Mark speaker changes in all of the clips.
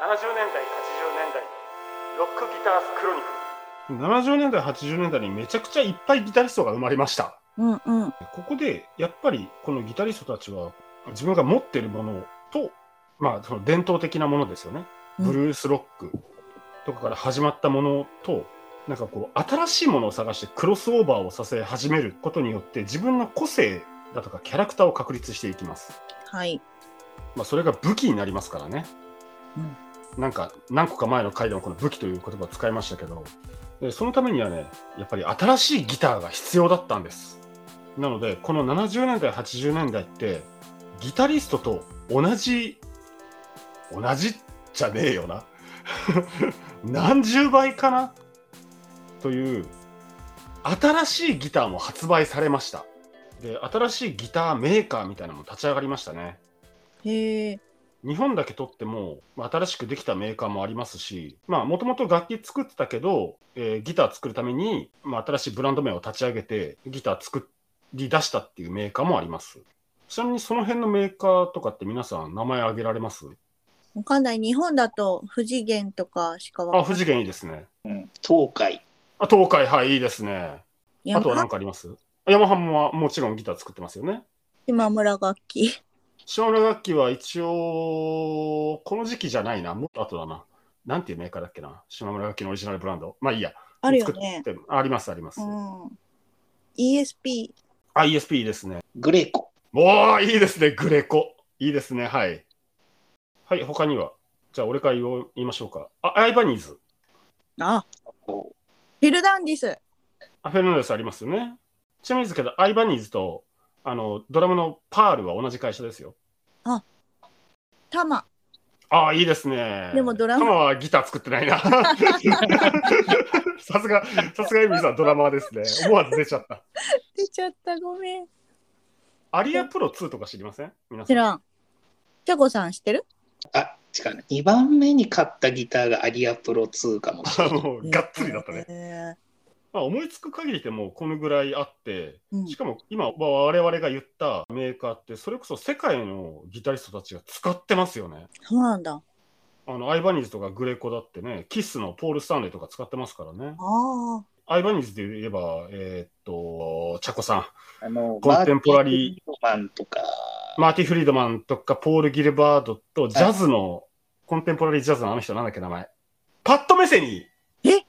Speaker 1: 70年代80年代ロックギタースクロニク
Speaker 2: 70年代、80年代にめちゃくちゃいっぱいギタリストが生まれました。
Speaker 3: うんうん。
Speaker 2: ここで、やっぱりこのギタリストたちは、自分が持ってるものと、まあ、その伝統的なものですよね。
Speaker 3: うん
Speaker 2: ブルースロックとかから始まったものと、なんかこう、新しいものを探してクロスオーバーをさせ始めることによって、自分の個性だとかキャラクターを確立していきます。
Speaker 3: はい。
Speaker 2: まあ、それが武器になりますからね。
Speaker 3: うん
Speaker 2: なんか、何個か前の回でもこの武器という言葉を使いましたけど、でそのためにはね、やっぱり新しいギターが必要だったんです。なので、この70年代、80年代って、ギタリストと同じ、同じじゃねえよな。 何十倍かなという、新しいギターも発売されました。で、新しいギターメーカーみたいなのも立ち上がりましたね。
Speaker 3: へえ。
Speaker 2: 日本だけ取っても、まあ新しくできたメーカーもありますし、もともと楽器作ってたけど、えーギター作るために、まあ、新しいブランド名を立ち上げて、ギター作り出したっていうメーカーもあります。ちなみにその辺のメーカーとかって皆さん名前挙げられます
Speaker 3: わかんない。日本だと不次元とかしかわかん
Speaker 2: あ、
Speaker 3: ない。
Speaker 2: 不次元いいですね。
Speaker 4: うん、東海
Speaker 2: あ、東海、はい、いいですね。
Speaker 3: いや
Speaker 2: あとは何かありますヤマハもはもちろんギター作ってますよね。
Speaker 3: 島村楽 器。
Speaker 2: 島村楽器は一応、この時期じゃないな、もっと後だな。なんていうメーカーだっけな島村楽器のオリジナルブランド。まあいいや。
Speaker 3: あるよね。
Speaker 2: 作ってありますあります。
Speaker 3: うん。ESP。
Speaker 2: ISP ですね。
Speaker 4: グレーコ
Speaker 2: おおいいですねグレコ。いいですねはい。はい他にはじゃあ俺から言おう言いましょうか。あアイバニーズ。
Speaker 3: あ、
Speaker 4: こう
Speaker 3: フィルダンディス。
Speaker 2: あフェルナンデスありますよね。ちなみにですけどアイバニーズとあのドラムのパールは同じ会社ですよ。
Speaker 3: タマ。
Speaker 2: ああいいですね。
Speaker 3: でもドラム
Speaker 2: マはギター作ってないな。 さすがさすがエミさんドラマーですね。思わず出ちゃった。
Speaker 3: 出ちゃった。ごめん。
Speaker 2: アリアプロ2とか知りません皆さ
Speaker 3: 知
Speaker 2: ん。
Speaker 3: らん。チャコさん知ってる
Speaker 4: あ違うな2番目に買ったギターがアリアプロ2かもし れない
Speaker 2: もうがっつりだったね。
Speaker 3: ね。
Speaker 2: まあ、思いつく限りでもうこのぐらいあって、
Speaker 3: うん
Speaker 2: しかも今我々が言ったメーカーってそれこそ世界のギタリストたちが使ってますよね。
Speaker 3: そうなんだ。
Speaker 2: あのアイバニーズとかグレコだってねキスのポール・スタンレーとか使ってますからね。
Speaker 3: ああ。
Speaker 2: アイバニーズで言えばえーっとチャコさん
Speaker 4: あの
Speaker 2: コンテンポラリ
Speaker 4: ーマンとか
Speaker 2: マーティ・フリードマンとかポール・ギルバードとジャズの、コンテンポラリージャズのあの人なんだっけ名前パッド・メセニー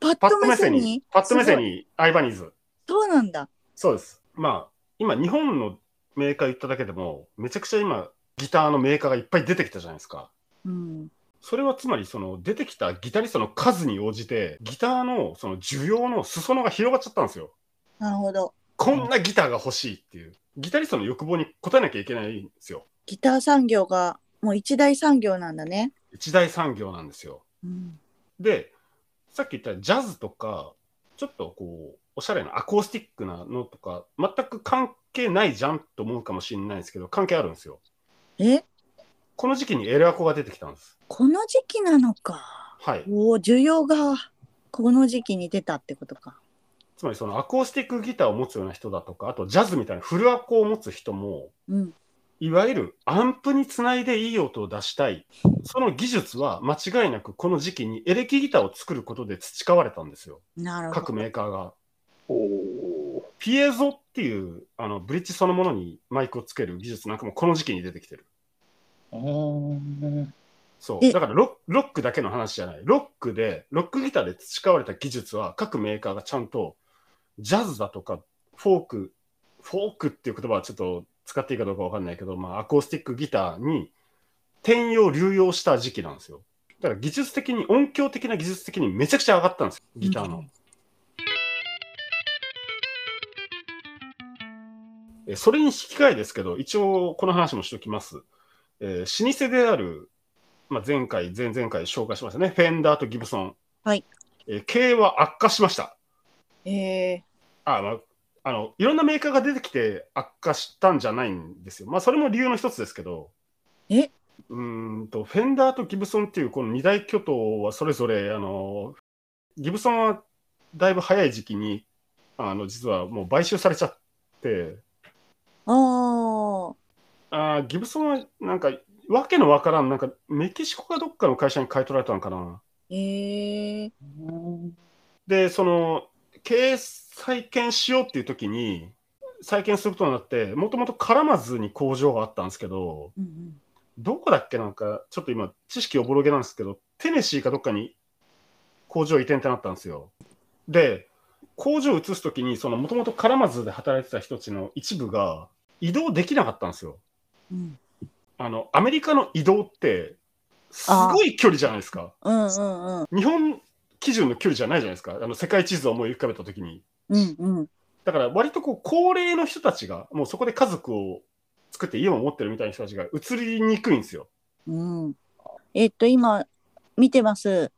Speaker 3: パッ
Speaker 2: パッ
Speaker 3: と
Speaker 2: ド・
Speaker 3: 目
Speaker 2: メセ
Speaker 3: 線
Speaker 2: ニ
Speaker 3: に
Speaker 2: ーパッド・メセ
Speaker 3: すごい
Speaker 2: ニーアイバニーズ。
Speaker 3: そうなんだ。
Speaker 2: そうです。まあ、今、日本のメーカー言っただけでも、めちゃくちゃ今、ギターのメーカーがいっぱい出てきたじゃないですか。
Speaker 3: うん。
Speaker 2: それはつまり、その出てきたギタリストの数に応じて、ギターのその需要の裾野が広がっちゃったんですよ。
Speaker 3: なるほど。
Speaker 2: こんなギターが欲しいっていう。ギタリストの欲望に応えなきゃいけないんですよ。
Speaker 3: ギター産業がもう一大産業なんだね。
Speaker 2: 一大産業なんですよ。
Speaker 3: うん。
Speaker 2: で、さっき言ったジャズとか、ちょっとこう、おしゃれなアコースティックなのとか、全く関係ないじゃんと思うかもしれないんですけど、関係あるんですよ。
Speaker 3: え、
Speaker 2: この時期にエレアコが出てきたんです。
Speaker 3: この時期なのか。
Speaker 2: はい。
Speaker 3: おお、需要がこの時期に出たってことか。
Speaker 2: つまりそのアコースティックギターを持つような人だとか、あとジャズみたいなフルアコを持つ人も、
Speaker 3: うん。
Speaker 2: いわゆるアンプにつないでいい音を出したい。その技術は間違いなくこの時期にエレキギターを作ることで培われたんですよ。
Speaker 3: なるほ
Speaker 2: 各
Speaker 3: ど。
Speaker 2: メーカーが。
Speaker 4: おー
Speaker 2: ピエゾっていうあのブリッジそのものにマイクをつける技術なんかもこの時期に出てきてる。
Speaker 4: うーん
Speaker 2: そう。
Speaker 3: え
Speaker 2: だからロロックだけの話じゃない。ロックで、ロックギターで培われた技術は各メーカーがちゃんとジャズだとかフォーク、フォークっていう言葉はちょっと使っていいかどうかわかんないけど、まあアコースティックギターに転用、流用した時期なんですよ。だから技術的に、音響的な技術的にめちゃくちゃ上がったんですよ。ギターの。
Speaker 3: うん
Speaker 2: えそれに引き換えですけど、一応この話もしておきます。えー老舗である、まあ、前回、前々回紹介しましたね、フェンダーとギブソン。
Speaker 3: はい
Speaker 2: えー経営は悪化しました。
Speaker 3: え
Speaker 2: あまああのいろんなメーカーが出てきて悪化したんじゃないんですよ。まあ、それも理由の一つですけど。
Speaker 3: え
Speaker 2: うーんと、フェンダーとギブソンっていうこの二大巨頭はそれぞれ、あの、ギブソンはだいぶ早い時期に、あの、実はもう買収されちゃって、
Speaker 3: ー、ああ。
Speaker 2: あーギブソンはなんかわけのわからん、なんかメキシコかどっかの会社に買い取られたのかな。
Speaker 3: ええ
Speaker 2: で、その、経営再建しようっていう時に、再建することになって、もともと絡まずに工場があったんですけど、
Speaker 3: うん
Speaker 2: どこだっけなんか、ちょっと今、知識おぼろげなんですけど、テネシーかどっかに工場移転ってなったんですよ。で、工場移すときに、その、もともとカラマズで働いてた人たちの一部が移動できなかったんですよ。
Speaker 3: うん
Speaker 2: あの、アメリカの移動って、すごい距離じゃないですか。
Speaker 3: うんうんうん
Speaker 2: 日本基準の距離じゃないじゃないですか。あの、世界地図を思い浮かべたときに。
Speaker 3: うんうん
Speaker 2: だから、割とこう、高齢の人たちが、もうそこで家族を作って家を持ってるみたいな人たちが移りにくいんですよ。
Speaker 3: うんえっと今見てます。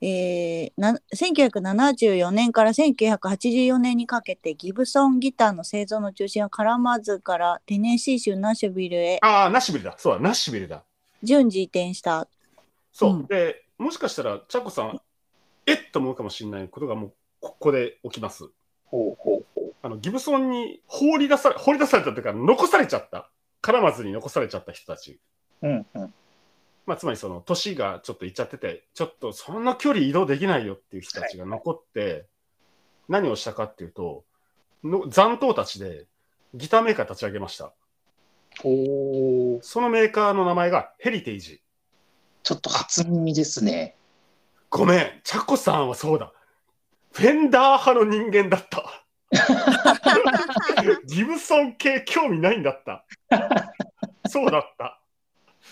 Speaker 3: えー、な1974年から1984年にかけてギブソンギターの製造の中心はカラマズからテネシー州ナッシュビルへ
Speaker 2: ああ、ナッシュビルだ。そうだ、ナッシュビルだ。
Speaker 3: 順次移転した。
Speaker 2: そう、
Speaker 3: うん
Speaker 2: でもしかしたら、ちゃこさん、えっと思うかもしれないことがもうここで起きます。
Speaker 4: ほうほうほ
Speaker 2: あのギブソンに放り出され、放り出されたというか、残されちゃった、絡まずに残されちゃった人たち、
Speaker 4: う。うんうん。
Speaker 2: まあ、つまりその年がちょっといっちゃってて、ちょっとそんな距離移動できないよっていう人たちが残って、何をしたかっていうと、の残党たちでギターメーカー立ち上げました。
Speaker 4: ほう。
Speaker 2: そのメーカーの名前がヘリテージ。
Speaker 4: ちょっと初耳ですね。
Speaker 2: ごめん、ちゃこさんはそうだ。フェンダー派の人間だった。ギブソン系興味ないんだった。そうだった。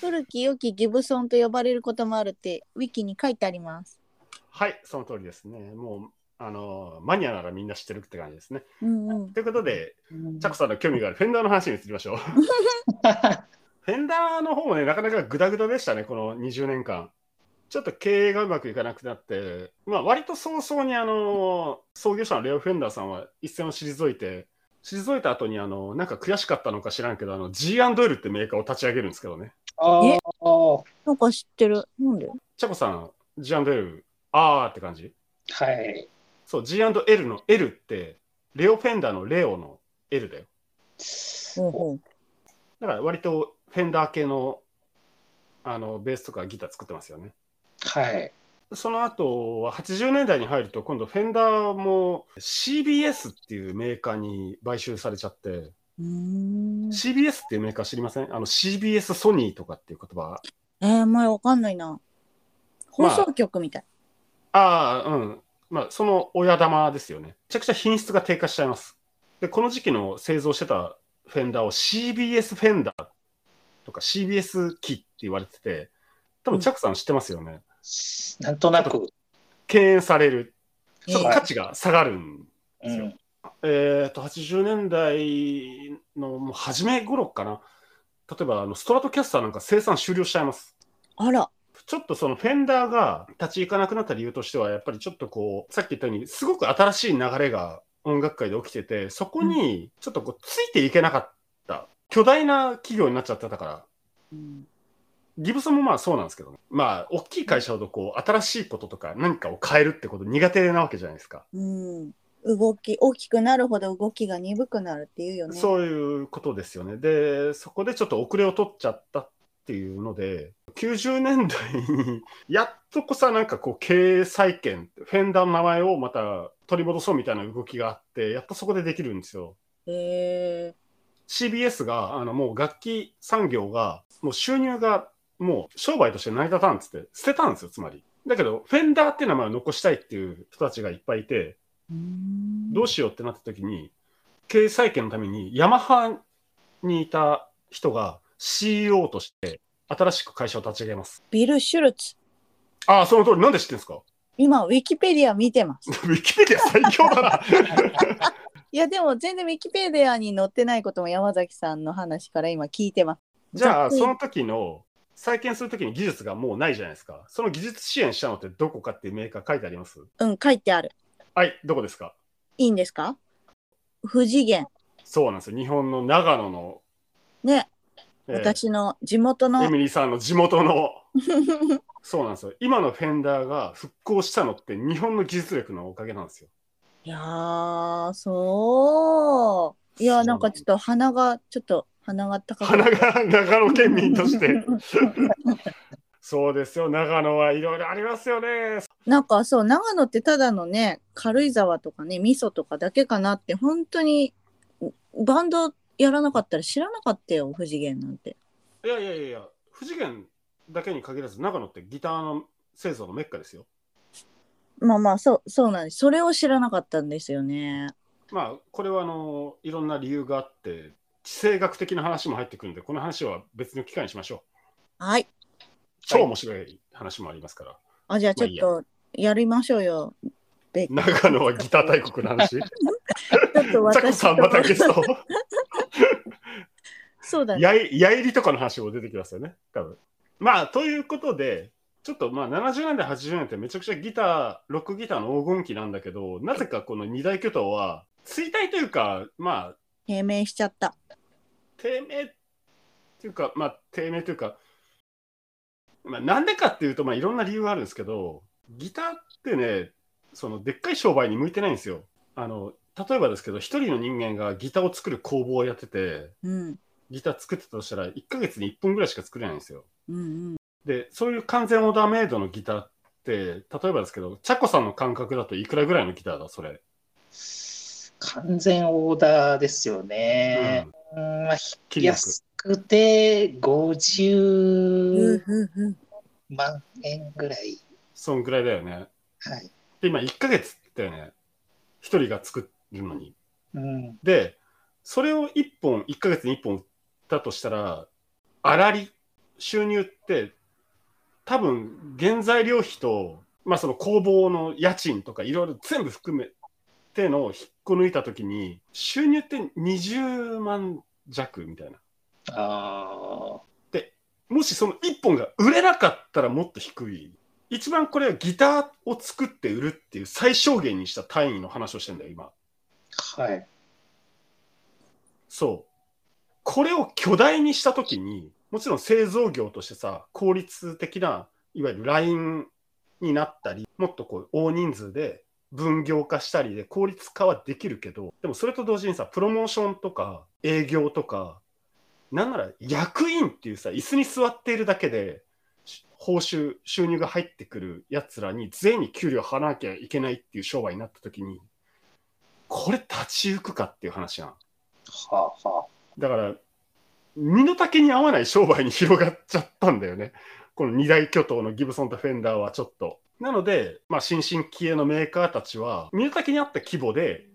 Speaker 3: 古き良きギブソンと呼ばれることもあるってウィキに書いてあります。
Speaker 2: はい、その通りですね。もう、あのマニアならみんな知ってるって感じですね。
Speaker 3: うんうん。
Speaker 2: ということで、チャコさんの興味があるフェンダーの話に移りましょう。 フェンダーの方もね、なかなかグダグダでしたね、この20年間。ちょっと経営がうまくいかなくなって、まあ、割と早々にあの創業者のレオ・フェンダーさんは一線を退いて、退いた後にあのなんか悔しかったのか知らんけど、あの G&L ってメーカーを立ち上げるんですけどね。
Speaker 4: あ
Speaker 3: え
Speaker 4: あ。
Speaker 3: なんか知ってる。なんで？
Speaker 2: チャコさん、G&L、あーって感じ
Speaker 4: はい。
Speaker 2: そう、G&L の L って、レオ・フェンダーのレオの L だよ。
Speaker 3: ほうほう。
Speaker 2: だから割とフェンダー系のあのベースとかギター作ってますよね。
Speaker 4: はい。
Speaker 2: その後は80年代に入ると今度フェンダーも CBS っていうメーカーに買収されちゃって、
Speaker 3: うーん。
Speaker 2: CBS っていうメーカー知りませんあの CBS ソニーとかっていう言葉。
Speaker 3: えー、前わかんないな。放送局みたい。
Speaker 2: ああ、うん。まあその親玉ですよね。めちゃくちゃ品質が低下しちゃいます。で、この時期の製造してたフェンダーを CBS フェンダーとか CBS 機って言われてて、多分チャックさん知ってますよね。
Speaker 4: なんとなく。
Speaker 2: 敬遠される、
Speaker 3: え
Speaker 2: ちょっと価値が下がるん、
Speaker 4: うん。
Speaker 2: えー、と80年代のもう初め頃かな、例えばあのストラトキャスターなんか生産終了しちゃいます。
Speaker 3: あら。
Speaker 2: ちょっとそのフェンダーが立ち行かなくなった理由としては、やっぱりちょっとこう、さっき言ったように、すごく新しい流れが音楽界で起きてて、そこにちょっとこう、ついていけなかった、巨大な企業になっちゃってたから、
Speaker 3: うん
Speaker 2: ギブソンもまあそうなんですけど、ね、まあ、大きい会社ほどこう、新しいこととか何かを変えるってこと苦手なわけじゃないですか。
Speaker 3: うん。動き大きくなるほど動きが鈍くなるっていうよね。
Speaker 2: そういうことですよね。で、そこでちょっと遅れを取っちゃったっていうので、90年代に、やっとこさ、なんかこう、経営再建、フェンダーの名前をまた取り戻そうみたいな動きがあって、やっとそこでできるんですよ。
Speaker 3: へえ
Speaker 2: CBS が、あの、もう楽器産業が、もう収入が、もう商売として成り立たんっつって、捨てたんですよ、つまり。だけど、フェンダーっていう名前を残したいっていう人たちがいっぱいいて、どうしようってなった時に、経営再建のために、ヤマハにいた人が CEO として、新しく会社を立ち上げます。
Speaker 3: ビル・シュルツ。
Speaker 2: ああ、その通り、なんで知ってるん ですか
Speaker 3: 今、ウィキペディア見てます。
Speaker 2: ウィキペディア最強だ な。
Speaker 3: いや、でも全然ウィキペディアに載ってないことも山崎さんの話から今聞いてます。
Speaker 2: じゃあ、
Speaker 3: ざっくり
Speaker 2: その時の、再建するときに技術がもうないじゃないですか。その技術支援したのってどこかっていうメーカー書いてあります
Speaker 3: うん、書いてある。
Speaker 2: はい、どこですか
Speaker 3: いいんですか不次元。
Speaker 2: そうなんですよ。日本の長野の、
Speaker 3: ね、
Speaker 2: えー
Speaker 3: 私の地元の
Speaker 2: エ。ミリーさんの地元のそうなんですよ。今のフェンダーが復興したのって日本の技術力のおかげなんですよ。
Speaker 3: いやー、そう。いや、なんかちょっと鼻がちょっと鼻が高く
Speaker 2: 花が長野県民として。そうですよ、長野はいろいろありますよね。
Speaker 3: なんかそう長野ってただのね軽井沢とかね味噌とかだけかなって本当にバンドやらなかったら知らなかったよ不次元なんて
Speaker 2: いやいやいやいや、富士県だけに限らず、長野ってギターの製造のメッカですよ。
Speaker 3: まあまあそうそうなんですそれを知らなかったんですよね
Speaker 2: まあ、これはあのいろんな理由があって、地政学的な話も入ってくるんで、この話は別の機会にしましょう。
Speaker 3: はい
Speaker 2: 超面白い話もありますから。
Speaker 3: あじゃあちょっとやりましょうよでちょ
Speaker 2: 長野はギター大国の話。チ
Speaker 3: っ
Speaker 2: ャ
Speaker 3: と
Speaker 2: コ
Speaker 3: 私
Speaker 2: さんまたゲスト。
Speaker 3: そうだね
Speaker 2: やいやいりとかの話も出てきますよね、多分まあ、ということで、ちょっとまあ70年代、80年代ってめちゃくちゃギター、ロックギターの黄金期なんだけど、なぜかこの二大巨頭は、衰退というか、まあ、
Speaker 3: 低迷しちゃった
Speaker 2: 低迷っていうか、まあ、低迷というか、まあ、なんでかっていうと、まあ、いろんな理由があるんですけど、ギターってね、そのでっかい商売に向いてないんですよ。あの例えばですけど、一人の人間がギターを作る工房をやってて、
Speaker 3: うん
Speaker 2: ギター作ってたとしたら、1ヶ月に1本ぐらいしか作れないんですよ。
Speaker 3: うんうん
Speaker 2: で、そういう完全オーダーメイドのギターって、例えばですけど、チャコさんの感覚だといくらぐらいのギターだ、それ。
Speaker 4: 完全オーダーですよね。うんまあ、
Speaker 2: 切りなく
Speaker 4: 安くて
Speaker 3: うん
Speaker 4: 50
Speaker 3: うんうん
Speaker 4: 万円ぐらい。
Speaker 2: そんぐらいだよね。
Speaker 4: はい。
Speaker 2: で、今1ヶ月って言ったよね。一人が作るのに。
Speaker 4: うん、
Speaker 2: で、それを1本、1ヶ月に1本売ったとしたら、あらり、収入って、多分、原材料費と、まあその工房の家賃とかいろいろ全部含めての引っこ抜いたときに、収入って20万弱みたいな。
Speaker 4: あ
Speaker 2: もしその1本が売れなかったらもっと低い。一番これはギターを作って売るっていう最小限にした単位の話をしてんだよ、今。
Speaker 4: あ、はい。
Speaker 2: そう。これを巨大にしたときに、もちろん製造業としてさ、効率的な、いわゆるラインになったり、もっとこう、大人数で分業化したりで効率化はできるけど、でもそれと同時にさ、プロモーションとか営業とか、なんなら役員っていうさ、椅子に座っているだけで、し報酬、収入が入ってくるやつらに全員に給料払わなきゃいけないっていう商売になったときに、これ立ち行くかっていう話やん。
Speaker 4: はあ、はあ。
Speaker 2: だから、身の丈に合わない商売に広がっちゃったんだよね。この二大巨頭のギブソンとフェンダーはちょっと。なので、まあ、新進気鋭のメーカーたちは、身の丈に合った規模で、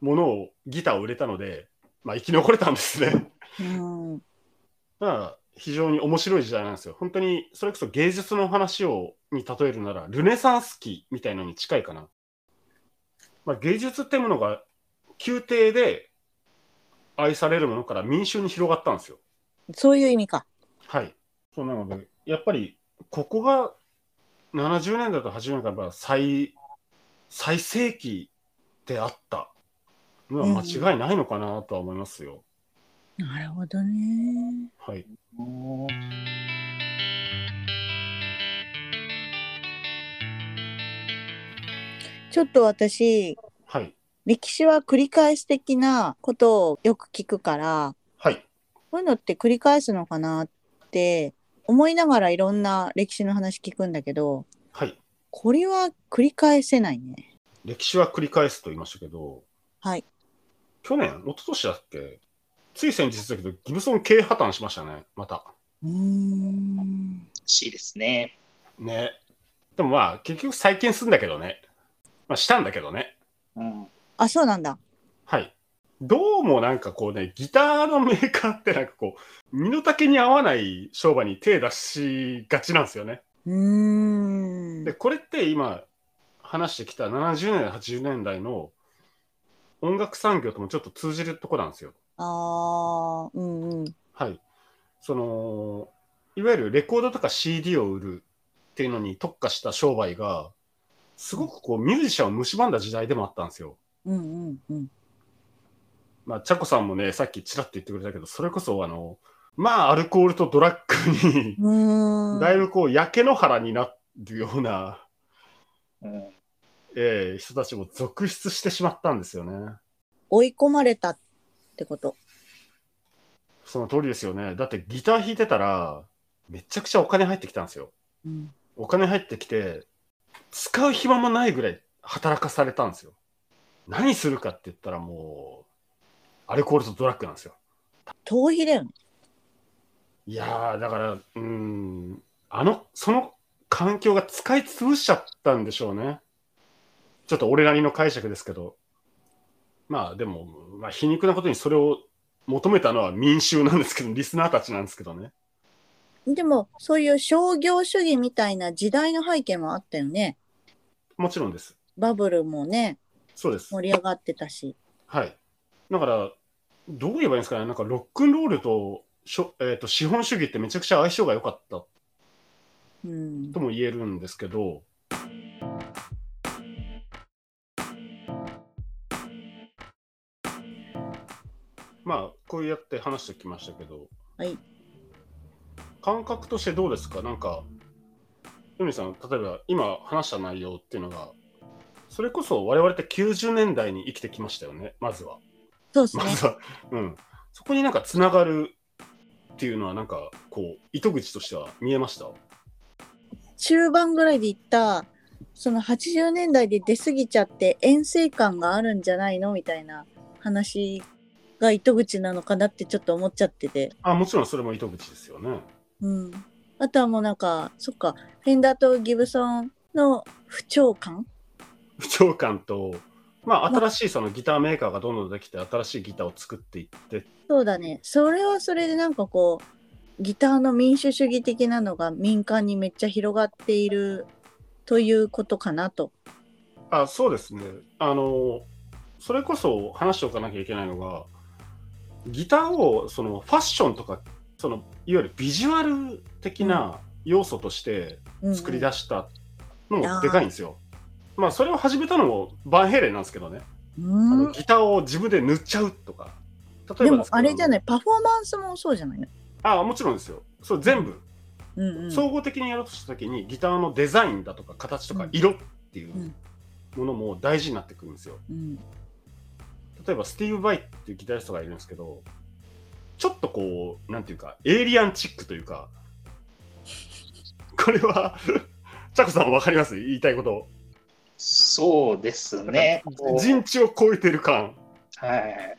Speaker 2: ものを、ギターを売れたので、まあ、生き残れたんですね。
Speaker 3: う
Speaker 2: だ
Speaker 3: ん
Speaker 2: から、非常に面白い時代なんですよ。本当に、それこそ芸術の話を、に例えるなら、ルネサンス期みたいのに近いかな。まあ、芸術ってものが、宮廷で愛されるものから民衆に広がったんですよ。
Speaker 3: そういう意味か
Speaker 2: はい。そうなので、やっぱりここが70年代と80年代が最最盛期であったのは間違いないのかなとは思いますよ。
Speaker 3: なるほどね
Speaker 2: はい。
Speaker 4: うん
Speaker 3: ちょっと私
Speaker 2: はい。
Speaker 3: 歴史は繰り返し的なことをよく聞くから
Speaker 2: はい。
Speaker 3: こういうのって繰り返すのかなって思いながらいろんな歴史の話聞くんだけど
Speaker 2: はい。
Speaker 3: これは繰り返せないね。
Speaker 2: 歴史は繰り返すと言いましたけど、
Speaker 3: はい。
Speaker 2: 去年、一昨年だっけ、つい先日だけど、ギブソン経営破綻しましたね、また。
Speaker 3: うーん
Speaker 4: しいですね。
Speaker 2: ね。でもまあ、結局再建するんだけどね。まあ、したんだけどね。
Speaker 4: うん、
Speaker 3: あそうなんだ。
Speaker 2: はい。どうもなんかこうね、ギターのメーカーってなんかこう、身の丈に合わない商売に手出しがちなんですよね。
Speaker 3: うーん
Speaker 2: で、これって今話してきた70年代、80年代の音楽産業ともちょっと通じるとこなんですよ。
Speaker 3: あーうんうん
Speaker 2: はい。その、いわゆるレコードとか CD を売るっていうのに特化した商売が、すごくこうミュージシャンを蝕んだ時代でもあったんですよ。
Speaker 3: うんうんうん、
Speaker 2: まあ、チャコさんもね、さっきちらっと言ってくれたけど、それこそ、あの、まあ、アルコールとドラッグに
Speaker 3: うーん
Speaker 2: だいぶこう、焼け野原になるような、
Speaker 4: うん
Speaker 2: えー人たちも続出してしまったんですよね。
Speaker 3: 追い込まれたってこと。
Speaker 2: その通りですよね。だってギター弾いてたら、めちゃくちゃお金入ってきたんですよ。
Speaker 3: うん
Speaker 2: お金入ってきて、使う暇もないぐらい働かされたんですよ。何するかって言ったらもう、アルコールとドラッグなんですよ。
Speaker 3: 逃避だよね。
Speaker 2: いやー、だから、うーん、あの、その環境が使い潰しちゃったんでしょうね。ちょっと俺なりの解釈ですけど。まあでも、まあ、皮肉なことにそれを求めたのは民衆なんですけど、リスナーたちなんですけどね。
Speaker 3: でもそういう商業主義みたいな時代の背景もあったよね。
Speaker 2: もちろんです。
Speaker 3: バブルもね
Speaker 2: そうです。
Speaker 3: 盛り上がってたし。
Speaker 2: はい。だから、どう言えばいいんですかね、なんかロックンロールとしょ、えー、と資本主義ってめちゃくちゃ相性が良かった
Speaker 3: うん
Speaker 2: と、も言えるんですけど、まあ、こうやって話してきましたけど、
Speaker 3: はい
Speaker 2: 感覚としてどうですか、なんか、ユミさん、例えば今話した内容っていうのが、それこそ我々って90年代に生きてきましたよね、まずは。
Speaker 3: そうです
Speaker 2: ま
Speaker 3: ね。
Speaker 2: ずは、うん、そこになんかつながるっていうのは、なんかこう、糸口としては見えました。
Speaker 3: 中盤ぐらいで言ったその80年代で出過ぎちゃって遠征感があるんじゃないのみたいな話が糸口なのかなってちょっと思っちゃってて。
Speaker 2: あもちろんそれも糸口ですよね。
Speaker 3: うん、あとはもうなんかそっかフェンダーとギブソンの不調感
Speaker 2: 不調感と、まあ、新しいそのギターメーカーがどんどんできて、新しいギターを作っていって、
Speaker 3: そうだねそれはそれでなんかこうギターの民主主義的なのが民間にめっちゃ広がっているということかなと。
Speaker 2: あそうですねあの、それこそ話しておかなきゃいけないのが、ギターをそのファッションとか、そのいわゆるビジュアル的な要素として、
Speaker 3: うん
Speaker 2: 作り出したのもでかいんですよ。まあそれを始めたのもバンヘイレンなんですけどね、あ
Speaker 3: う
Speaker 2: の
Speaker 3: ん、
Speaker 2: ギターを自分で塗っちゃうとか例
Speaker 3: で
Speaker 2: えば
Speaker 3: も
Speaker 2: すけど
Speaker 3: あれじゃないパフォーマンスもそうじゃないの、
Speaker 2: あもちろんですよそう全部、
Speaker 3: うんうん、
Speaker 2: 総合的にやろうとした時にギターのデザインだとか形とか色ってい
Speaker 3: ん
Speaker 2: うものも大事になってくるんですよ
Speaker 3: うん
Speaker 2: 例えばスティーブ・バイっていうギタリストがいるんですけどちょっとこうなんていうかエイリアンチックというかこれは チャコさん分かります言いたいこと
Speaker 4: そうですね。こう
Speaker 2: 人知を超えてる感
Speaker 4: はい。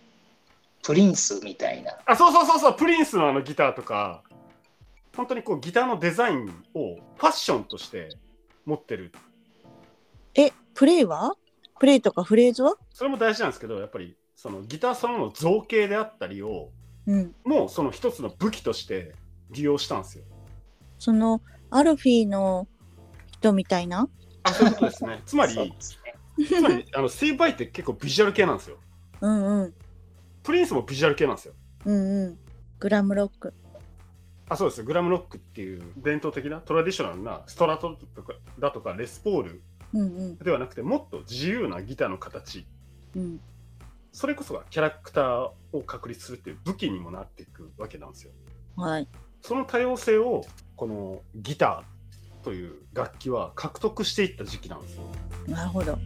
Speaker 4: プリンスみたいな。
Speaker 2: あそうそうそうそうプリンスのあのギターとか本当にこうギターのデザインをファッションとして持ってる
Speaker 3: えプレイはプレイとかフレーズは、
Speaker 2: それも大事なんですけどやっぱりそのギターそのものの造形であったりを
Speaker 3: うん、
Speaker 2: もうその一つの武器として利用したんですよ
Speaker 3: そのアルフィーの人みたいな
Speaker 2: あそういうことですね つま
Speaker 4: そう
Speaker 2: り
Speaker 4: ですね
Speaker 2: つまりあのスイーバイって結構ビジュアル系なんですよ
Speaker 3: うんうん
Speaker 2: プリンスもビジュアル系なんですよ
Speaker 3: うんうんグラムロック
Speaker 2: あそうですグラムロックっていう伝統的なトラディショナルなストラトとかだとかレスポール
Speaker 3: うんうん
Speaker 2: ではなくてもっと自由なギターの形
Speaker 3: うん
Speaker 2: それこそがキャラクターを確立するっていう武器にもなっていくわけなんですよ。
Speaker 3: はい
Speaker 2: その多様性をこのギターという楽器は獲得していった時期なんですよ。
Speaker 3: なるほど